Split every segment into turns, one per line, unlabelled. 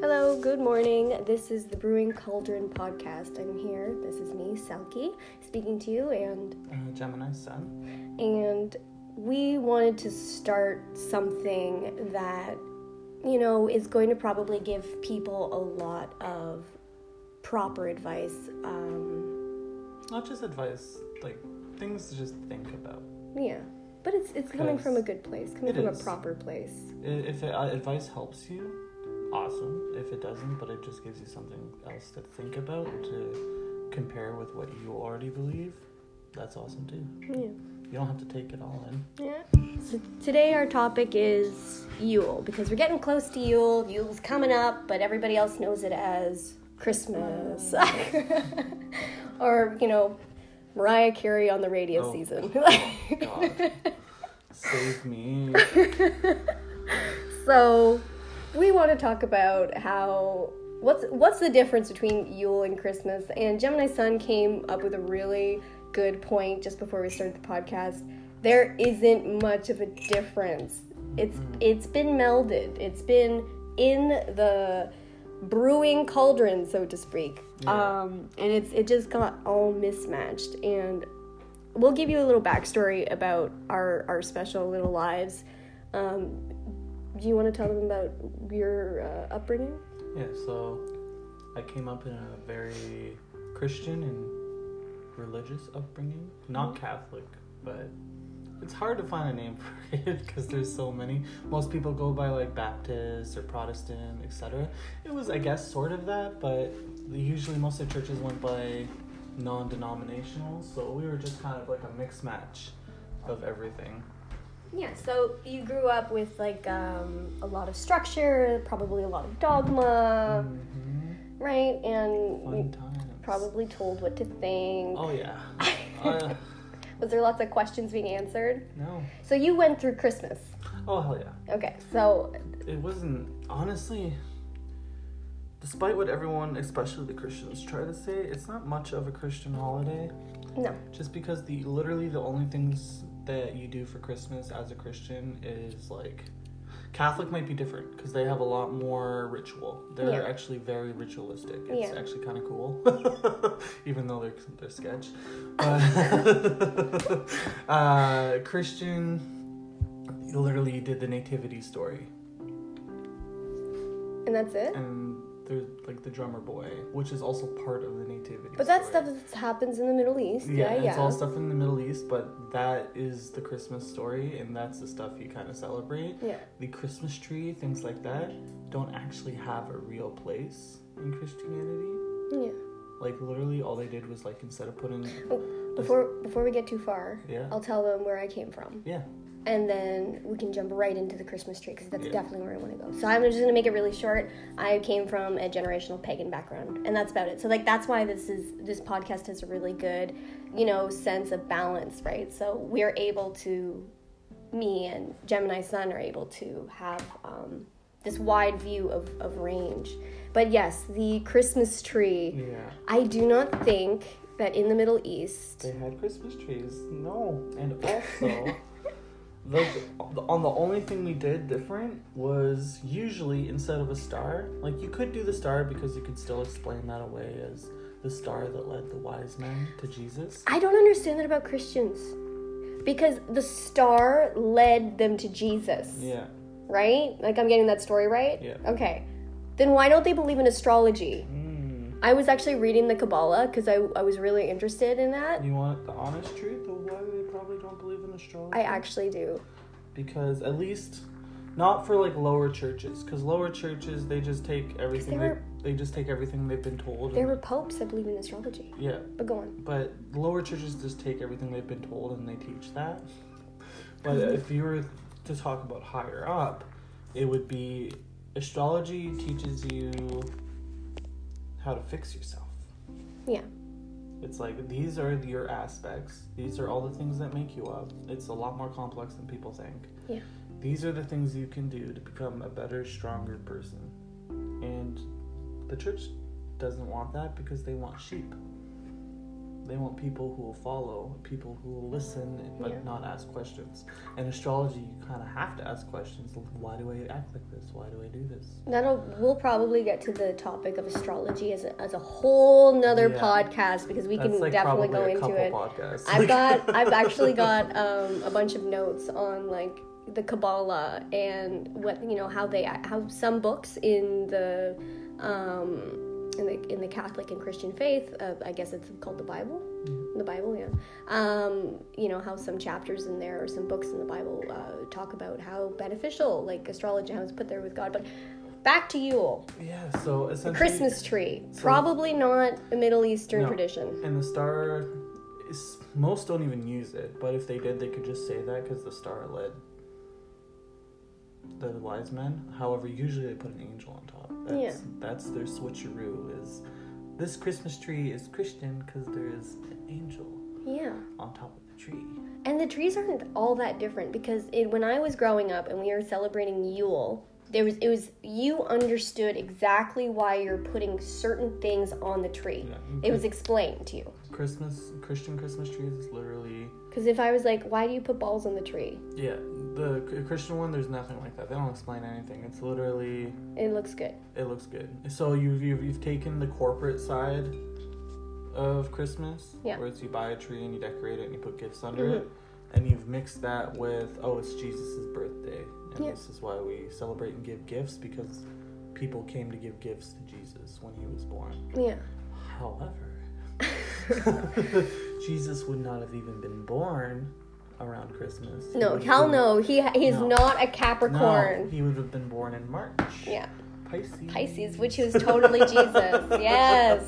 Hello, good morning. This is the Brewing Cauldron podcast. I'm here. This is me, Selkie, speaking to you, and
Uh, Gemini Sun.
and we wanted to start something that you know is going to probably give people a lot of proper advice. Um,
Not just advice, like things to just think about.
yeah, but it's it's coming from a
Yes.
good place, coming
It
from a
is.
proper place.
I- If it, uh, advice helps you, awesome. If it doesn't, but it just gives you something else to think about to compare with what you already believe, that's awesome too.
Yeah.
You don't have to take it all in.
Yeah. So today our topic is Yule because we're getting close to Yule. Yule's coming up, but everybody else knows it as Christmas, or you know, Mariah Carey on the radio
Oh.
season.
God, save me.
so we want to talk about how what's what's the difference between Yule and Christmas. And Gemini Sun came up with a really good point just before we started the podcast. There isn't much of a difference. It's it's been melded. It's been in the brewing cauldron, so to speak.
Yeah.
Um, and it's it just got all mismatched and we'll give you a little backstory about our our special little lives. Um, do you want to tell them about your uh, upbringing?
Yeah, so I came up in a very Christian and religious upbringing. Not Catholic, but it's hard to find a name for it because there's so many. Most people go by like Baptist or Protestant, etc. It was, I guess, sort of that, but usually most of the churches went by non denominational, so we were just kind of like a mix match of everything.
Yeah, so you grew up with like um, a lot of structure, probably a lot of dogma,
hmm
right? And
Fun
you
times.
Mm-hmm. probably told what to think.
Oh, yeah. Uh,
Was there lots of questions being answered?
no.
So you went through Christmas.
Oh, hell yeah.
Okay, so
it wasn't honestly despite what everyone especially the christians try to say it's not much of a christian holiday
no.
just because the literally the only things that you do for christmas as a christian is like catholic might be different because they have a lot more ritual they're
Yeah.
actually very ritualistic it's
Yeah.
actually kind of cool even though they're, they're sketch but uh, christian you literally did the nativity story
And that's it?
and there's like the drummer boy, which is also part of the nativity.
But that
story.
stuff that happens in the Middle East.
Yeah,
Yeah, yeah.
it's all stuff in the Middle East, but that is the Christmas story, and that's the stuff you kind of celebrate.
yeah.
The Christmas tree, things like that, don't actually have a real place in Christianity.
Yeah.
Like literally, all they did was like instead of putting,
Oh. Before before we get too far,
yeah,
I'll tell them where I came from.
yeah,
and then we can jump right into the Christmas tree because that's
Yeah.
definitely where I want to go. So I'm just gonna make it really short. I came from a generational pagan background, and that's about it. So like that's why this is this podcast has a really good, you know, sense of balance, right? So we're able to, me and Gemini Sun are able to have um, this wide view of, of range. But yes, the Christmas tree.
yeah.
I do not think that in the Middle East.
They had Christmas trees. No, and also, the, the on the only thing we did different was usually instead of a star, like you could do the star because you could still explain that away as the star that led the wise men to Jesus.
I don't understand that about Christians. Because the star led them to Jesus,
Yeah,
right? Like I'm getting that story right?
Yeah.
Okay. Then why don't they believe in astrology?
mm.
I was actually reading the Kabbalah because I, I was really interested in that.
you want the honest truth of why they probably don't believe in astrology?
I actually do.
because at least not for like lower churches, because lower churches they just take everything they,
were-
they just take everything they've been told.
There
and-
were popes that believe in astrology.
yeah.
But go on.
But lower churches just take everything they've been told and they teach that. But if you were to talk about higher up, it would be astrology teaches you how to fix yourself.
Yeah.
It's like these are your aspects, these are all the things that make you up. It's a lot more complex than people think.
Yeah.
These are the things you can do to become a better, stronger person. And the church doesn't want that because they want sheep. They want people who will follow, people who will listen, but
Yeah.
not ask questions. And astrology, you kind of have to ask questions. Why do I act like this? Why do I do this?
That'll we'll probably get to the topic of astrology as a, as a whole nother
Yeah.
podcast because we can definitely go
probably a
into
couple
it.
Podcasts.
I've got I've actually got um, a bunch of notes on like the Kabbalah and what you know how they how some books in the um, in the in the Catholic and Christian faith uh, I guess it's called the Bible
Mm-hmm.
the Bible yeah um, you know how some chapters in there or some books in the Bible uh, talk about how beneficial like astrology how it's put there with God but back to Yule
yeah. So essentially,
Christmas tree
So-
probably not a Middle Eastern
No.
tradition
and the star is most don't even use it. But if they did, they could just say that because the star led the wise men. However, usually they put an angel on top. That's,
Yeah.
That's their switcheroo. Is this Christmas tree is Christian because there is an angel
yeah.
on top of the tree.
And the trees aren't all that different because it, when I was growing up and we were celebrating Yule, there was it was you understood exactly why you're putting certain things on the tree.
Yeah.
It was explained to you.
Christmas Christian Christmas trees is literally
Because if I was like, why do you put balls on the tree?
yeah the C- Christian one. There's nothing like that. They don't explain anything. It's literally
It looks good.
It looks good. So you've you've, you've taken the corporate side of Christmas,
Yeah.
where it's you buy a tree and you decorate it and you put gifts under
Mhm.
it, and you've mixed that with oh it's Jesus' birthday and
Yeah.
this is why we celebrate and give gifts because people came to give gifts to Jesus when he was born.
Yeah.
However, Jesus would not have even been born around Christmas. He
No,
would have
hell
been-
no. He he's
No.
not a
No,
Capricorn.
he would have been born in March.
Yeah.
Pisces.
Pisces, which is totally Jesus. Yes.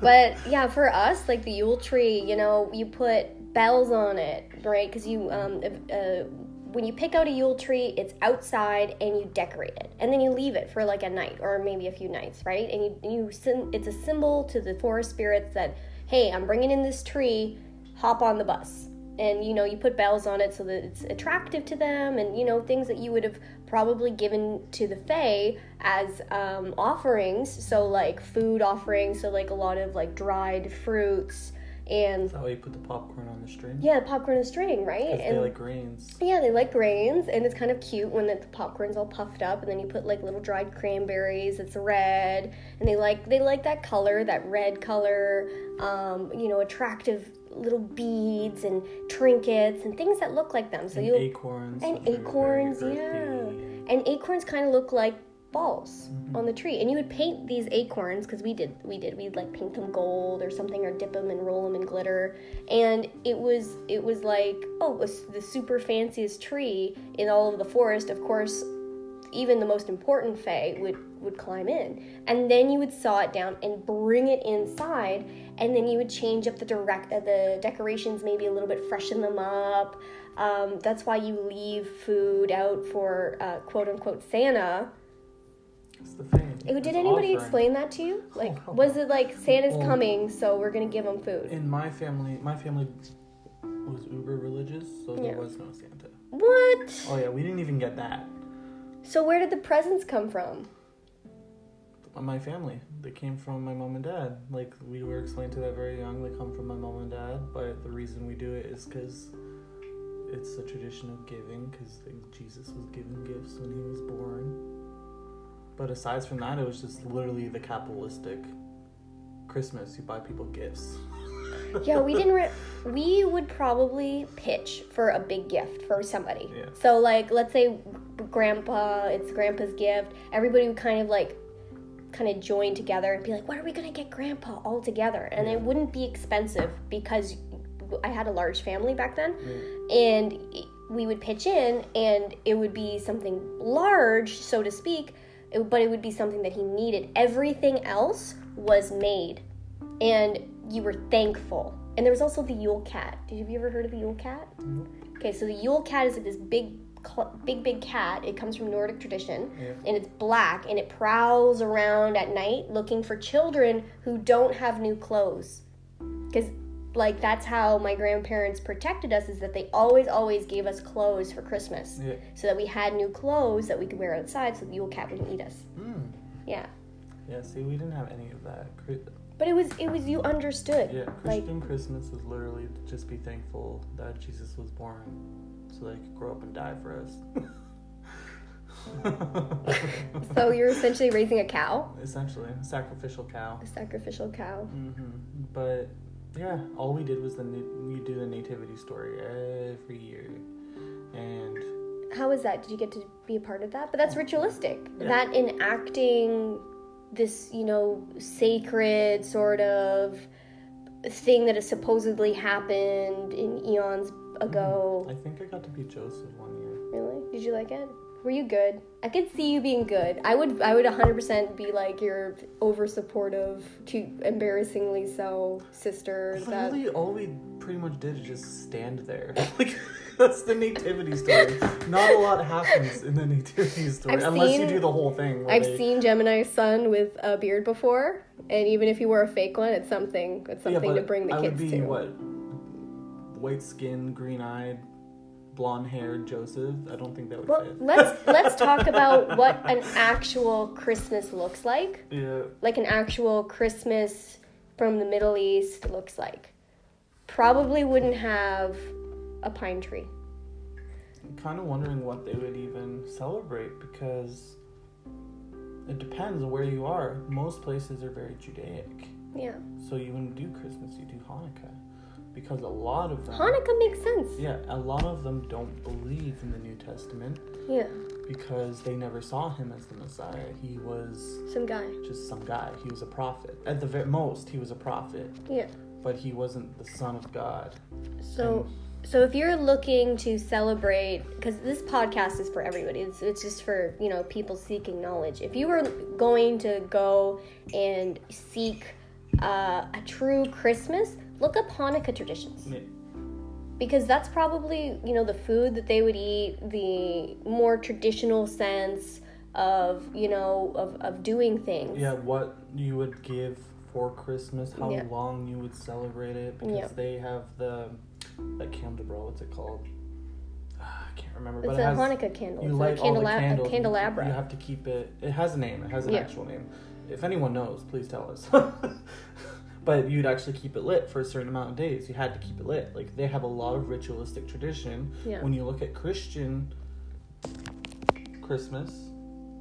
but yeah, for us, like the Yule tree, you know, you put bells on it, right? Because you, um, if- uh, when you pick out a Yule tree, it's outside and you decorate it, and then you leave it for like a night or maybe a few nights, right? And you, you, sym- it's a symbol to the forest spirits that, hey, I'm bringing in this tree, hop on the bus. And you know, you put bells on it so that it's attractive to them, and you know, things that you would have probably given to the Fae as um, offerings. So, like food offerings, so like a lot of like dried fruits and
That's how you put the popcorn on the string.
yeah, popcorn and string, right?
If they
And
like grains.
yeah, they like grains, and it's kind of cute when the the popcorn's all puffed up, and then you put like little dried cranberries. It's red, and they like they like that color, that red color. Um, you know, attractive little beads and trinkets and things that look like them. So
And
you'll
acorns.
and
which are very
acorns,
earthy.
yeah. and acorns kind of look like balls on the tree and you would paint these acorns because we did we did we'd like paint them gold or something or dip them and roll them in glitter and it was it was like oh it was the super fanciest tree in all of the forest of course even the most important fae would would climb in and then you would saw it down and bring it inside and then you would change up the direct uh, the decorations maybe a little bit freshen them up um, that's why you leave food out for uh, quote unquote santa
It's the thing.
Ew,
It's
did anybody
offering.
explain that to you like was it like santa's coming so we're gonna give him food
In my family, my family was uber religious, so
Yeah.
there was no Santa.
what
Oh yeah, we didn't even get that.
so where did the presents come from
My family, they came from my mom and dad. Like we were explained to that very young, they come from my mom and dad. But the reason we do it is because it's a tradition of giving. Because Jesus was given gifts when he was born. But aside from that, it was just literally the capitalistic Christmas. You buy people gifts.
yeah, we didn't. Re- we would probably pitch for a big gift for somebody.
Yeah.
So, like, let's say grandpa, it's grandpa's gift. Everybody would kind of like, kind of join together and be like, "What are we gonna get grandpa all together?" And it wouldn't be expensive because I had a large family back then, and we would pitch in, and it would be something large, so to speak. It, but it would be something that he needed. Everything else was made and you were thankful. And there was also the Yule Cat. Did have you ever heard of the Yule Cat? Okay, so the Yule Cat is like this big, cl- big, big cat. It comes from Nordic tradition,
Yeah.
and it's black, and it prowls around at night looking for children who don't have new clothes, because like that's how my grandparents protected us is that they always always gave us clothes for christmas
Yeah.
so that we had new clothes that we could wear outside so the yule cat wouldn't eat us
Mm.
yeah
Yeah, see, we didn't have any of that. Cri-
But it was it was you understood.
Yeah,
Like
Christian Christmas is literally just be thankful that Jesus was born so they could grow up and die for us.
so you're essentially raising a cow,
Essentially, sacrificial cow.
a sacrificial cow.
hmm But yeah, all we did was the na- we do the nativity story every year, and
How was that? Did you get to be a part of that? But that's ritualistic.
Yeah.
That enacting this, you know, sacred sort of thing that has supposedly happened in eons ago.
I think I got to be Joseph one year.
Really? Did you like it? Were you good? I could see you being good. I would I would 100% be like your over supportive, too embarrassingly so sister that
Literally, all we pretty much did is just stand there. Like that's the nativity story. Not a lot happens in the nativity story
I've
unless you
seen-
do the whole thing. where
I've
they-
seen Gemini's son with a beard before, and even if you wore a fake one, it's something. It's something to
but
bring the
I
kids
would be
to.
what white skinned, green eyed, blonde haired Joseph. I don't think that would
Well,
fit.
let's let's talk about what an actual Christmas looks like.
Yeah.
Like an actual Christmas from the Middle East looks like. Probably wouldn't have a pine tree.
kind of wondering what they would even celebrate because it depends where you are. Most places are very Judaic,
Yeah.
so you wouldn't do Christmas, you do Hanukkah because a lot of them.
Hanukkah makes sense.
Yeah, a lot of them don't believe in the New Testament
Yeah.
because they never saw him as the Messiah. He was
Some guy.
just some guy. He was a prophet. At the very most, he was a prophet,
Yeah.
but he wasn't the son of God.
So, so if you're looking to celebrate, because this podcast is for everybody, it's, it's just for you know people seeking knowledge. If you were going to go and seek uh, a true Christmas, look up Hanukkah traditions
Mm.
because that's probably you know the food that they would eat, the more traditional sense of you know of, of doing things.
Yeah, what you would give for Christmas, how
Yeah.
long you would celebrate it, because
Yeah.
they have the that candelabra. What's it called? Ah, I can't remember.
It's
but
a
it has,
Hanukkah candle.
You
it's
light
a,
all the
candela-
candles.
a candelabra.
You have to keep it. It has a name. It has an
Yeah.
actual name. If anyone knows, please tell us. but you'd actually keep it lit for a certain amount of days. You had to keep it lit. Like they have a lot of ritualistic tradition.
Yeah.
When you look at Christian Christmas,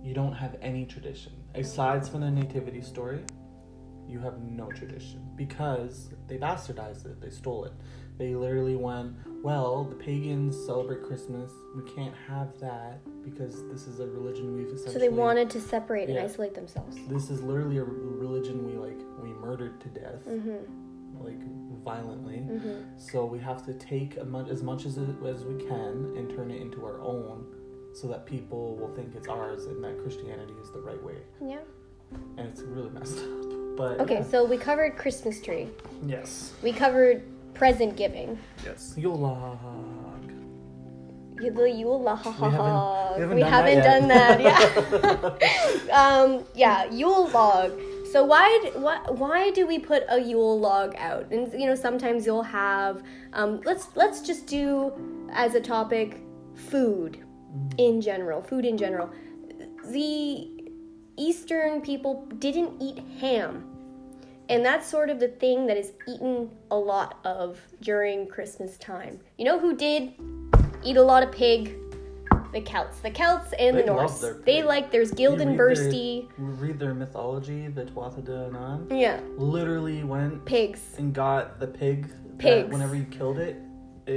you don't have any tradition aside from the nativity story. You have no tradition because they bastardized it. They stole it. They literally went, well, the pagans celebrate Christmas. We can't have that because this is a religion we've essentially.
so they wanted to separate
Yeah.
and isolate themselves.
This is literally a religion we like. We murdered to death,
Mm-hmm.
like violently.
Mm-hmm.
So we have to take a mu- as much as it, as we can and turn it into our own, so that people will think it's ours and that Christianity is the right way.
Yeah.
And it's really messed up. But
Okay, so we covered Christmas tree.
Yes.
We covered present giving.
Yes. Yule log.
You- The Yule la ha ha ha.
We haven't- we haven't
We
done that
haven't
yet.
done that. Yeah. um. Yeah. Yule log. So why d- why why do we put a Yule log out? And you know sometimes you'll have um. Let's let's just do as a topic food
Mm-hmm.
in general. Food in general. The Eastern people didn't eat ham. And that's sort of the thing that is eaten a lot of during Christmas time. You know who did eat a lot of pig? The Celts. The Celts and
They
the
love
Norse.
their
They
pig.
like there's
You read
Gildenbursty.
Their, you read their mythology, the Tuatha De Danann.
Yeah,
Literally went
pigs.
and got the pig. that
Pigs.
whenever you killed it, it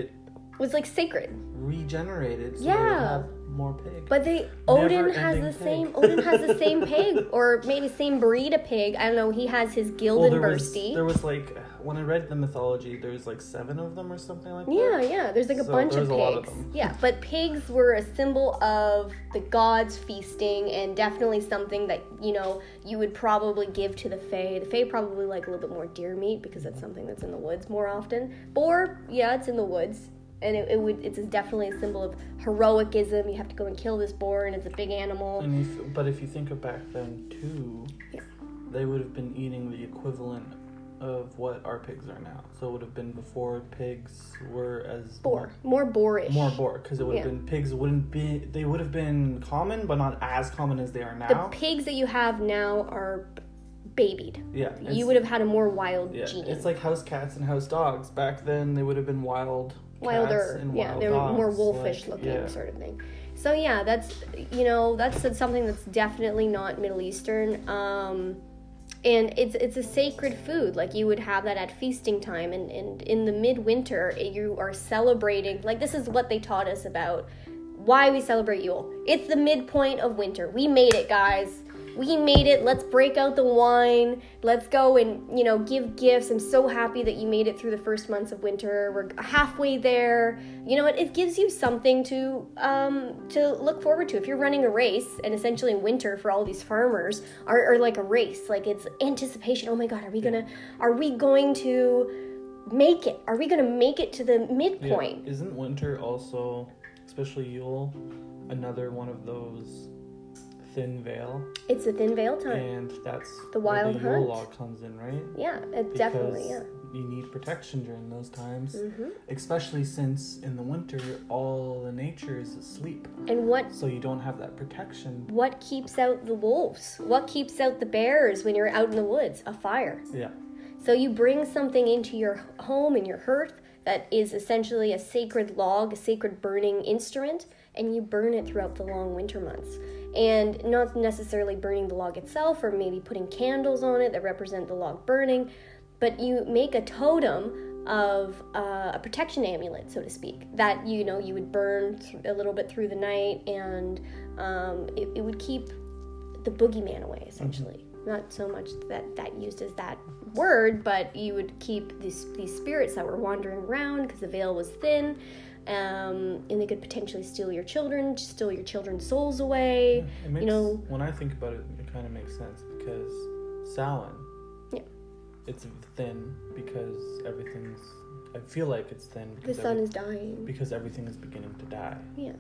It was like sacred.
regenerated. So They would
Yeah.
have more pig.
But they Odin has
Never-ending
the
pig.
same Odin has the same pig or maybe same breed of pig. I don't know. He has his
well, there was,
Gildenbursty.
there was like when I read the mythology, there's like seven of them or something like that.
Yeah, yeah. There's like a
So
bunch of
there's a lot of
pigs.
them.
Yeah, but pigs were a symbol of the gods feasting and definitely something that, you know, you would probably give to the Fae. The Fae probably like a little bit more deer meat because that's something that's in the woods more often. Boar, yeah, it's in the woods. And it, it would it's definitely a symbol of heroicism. You have to go and kill this boar and it's a big animal.
And if, but if you think of back then too,
Yeah.
they would have been eating the equivalent of what our pigs are now. So it would have been before pigs were as
Boar. More boarish.
more boar because it would have
Yeah.
been pigs wouldn't be they would have been common but not as common as they are
the
now
pigs that you have now are babied.
Yeah. it's-
You would have had a more wild
Yeah.
gene.
It's like house cats and house dogs. Back then, they would have been wild. cats
wilder,
and
yeah,
wild
they're more
dogs,
wolfish
like,
looking
yeah.
sort of thing. So yeah, that's you know that's something that's definitely not Middle Eastern, um, and it's it's a sacred food. Like you would have that at feasting time, and and in the midwinter eh, you are celebrating. Like this is what they taught us about why we celebrate Yule. It's the midpoint of winter. We made it, guys. We made it. Let's break out the wine. Let's go and, you know, give gifts. I'm so happy that you made it through the first months of winter. We're halfway there. You know what? It gives you something to um to look forward to. If you're running a race and essentially winter for all these farmers are, are like a race. Like it's anticipation. Oh my god, are we gonna are we going to make it? Are we gonna make it to the
Yeah.
midpoint?
Isn't winter also, especially Yule, another one of those thin veil?
It's a thin veil time.
And that's
The
where
wild
the
hunt.
Yule law comes in, right?
Yeah, it definitely, yeah. Mm-hmm.
Because You need protection during those times, especially since in the winter all the nature is asleep,
And what
so you don't have that protection.
what keeps out the wolves? What keeps out the bears when you're out in the woods? A fire.
Yeah,
So you bring something into your home and your hearth that is essentially a sacred log, a sacred burning instrument, and you burn it throughout the long winter months. And not necessarily burning the log itself or maybe putting candles on it that represent the log burning, but you make a totem of uh, a protection amulet, so to speak, that you know you would burn th- a little bit through the night, and um, it, it would keep the boogeyman away
Mm-hmm.
essentially not so much that that used as that word but you would keep these these spirits that were wandering around because the veil was thin um, and they could potentially steal your children steal your children's souls away
it makes,
know-
when I think about it, it kind of makes sense because Samhain,
Yeah.
it's thin because everything's. I feel like it's thin
the
because
sun is dying
because everything is beginning to die.
Mm-hmm. yeah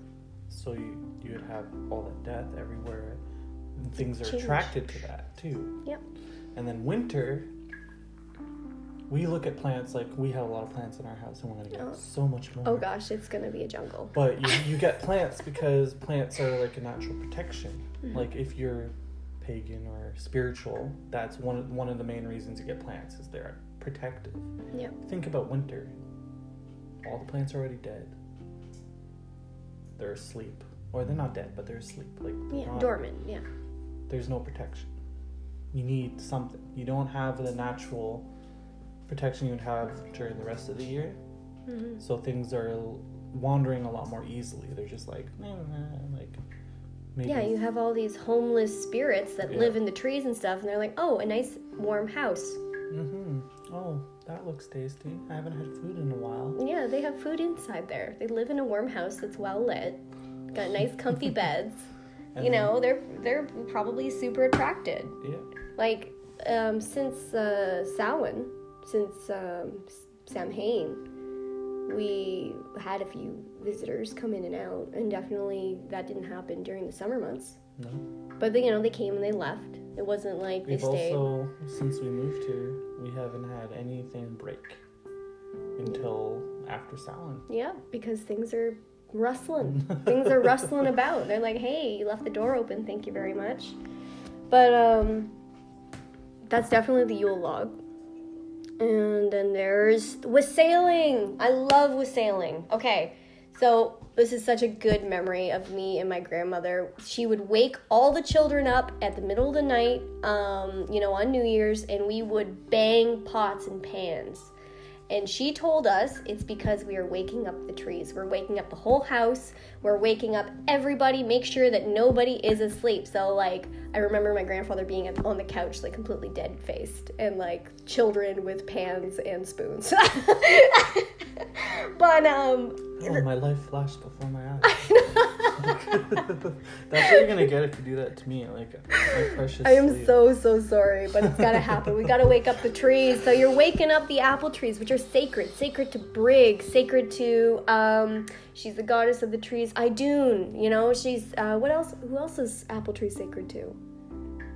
So you you would have all that death everywhere. And things are
Change.
attracted to that too.
Yep.
And then winter. We look at plants like we have a lot of plants in our house, and we're gonna get
Oh.
so much more.
oh gosh it's gonna be a jungle
But you, you get plants because plants are like a natural protection.
Hmm.
Like if you're pagan or spiritual, that's one of, one of the main reasons you get plants is they're protective.
Yep.
Think about winter. All the plants are already dead. They're asleep, or they're not dead, but they're asleep. Like they're
yeah
not-
dormant yeah
There's no protection. You need something. You don't have the natural protection you would have during the rest of the year
hmm
so things are wandering a lot more easily. They're just like, "Nah, nah, nah," like maybe
yeah you have all these homeless spirits that
Yeah.
live in the trees and stuff and they're like oh a nice warm house
hmm Oh, that looks tasty. I haven't had food in a while.
Yeah, they have food inside there. They live in a warm house that's well lit, got nice comfy beds. You
And-
know, they're they're probably super attracted.
Yeah.
Like um, since uh, Samhain, since um, S- Samhain, we had a few visitors come in and out, and definitely that didn't happen during the summer months.
No.
But they, you know, they came and they left. It wasn't like they
We've
stayed.
also since we moved here, we haven't had anything break until after Salon.
Yeah, because things are rustling. things are rustling about. They're like, hey, you left the door open. Thank you very much. But um, that's definitely the Yule log. And then there's wassailing. I love wassailing. Okay, so this is such a good memory of me and my grandmother. She would wake all the children up at the middle of the night, um, you know, on New Year's, and we would bang pots and pans. And she told us it's because we are waking up the trees. We're waking up the whole house. We're waking up everybody. Make sure that nobody is asleep. So, like, I remember my grandfather being at- on the couch, like, completely dead faced, and like children with pans and spoons. but, um,
Oh, my life flashed before my eyes. That's what you're gonna get if you do that to me. Like my precious.
I am
sleep.
so so sorry, but it's gotta happen. We gotta wake up the trees. So you're waking up the apple trees, which are sacred, sacred to Brig, sacred to um. She's the goddess of the trees, Idun. You know, she's uh, what else? Who else is apple tree sacred to?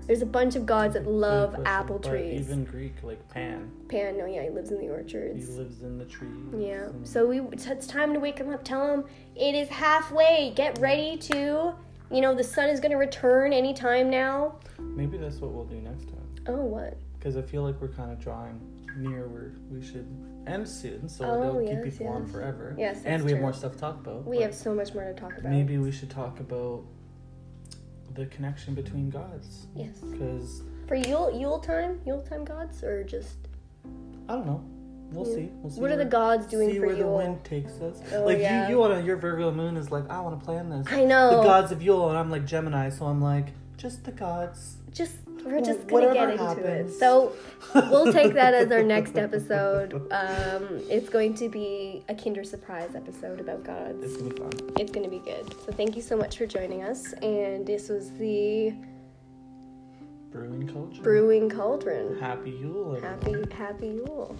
There's a bunch of gods that love
But
apple trees.
Even Greek, like Pan,
Pan, no, yeah, he lives in the
he
orchards.
lives in the trees.
Yeah.
and-
So we it's- it's time to wake him up. Tell him it is halfway. Get ready to, you know, the sun is gonna return anytime now.
Maybe that's what we'll do next time.
Oh, what?
because I feel like we're kind of drawing near where we should end soon, so
Oh,
that'll keep
yes,
people on
yes.
forever.
Yes,
and
that's
we have
true.
more stuff to talk about.
We
but
have so much more to talk about.
Maybe we should talk about the connection between gods,
Yes.
because
For Yule, Yule time, Yule time gods, or just
I don't know. We'll
Mm.
see. We'll see.
what are
where-
the gods doing
see
for
where the
Yule?
wind takes us.
Oh,
like
yeah.
you, you wanna your Virgo moon is like I want to plan this.
I know.
The gods of Yule, and I'm like Gemini, so I'm like just the gods.
Just we're just gonna
Whatever
get into
happens.
it. So we'll take that as our next episode. Um, it's going to be a Kinder Surprise episode about gods.
It's gonna be fun.
It's going to be good. So thank you so much for joining us. And this was the
Brewing culture.
Brewing Cauldron.
Happy Yule. everyone.
Happy, happy Yule.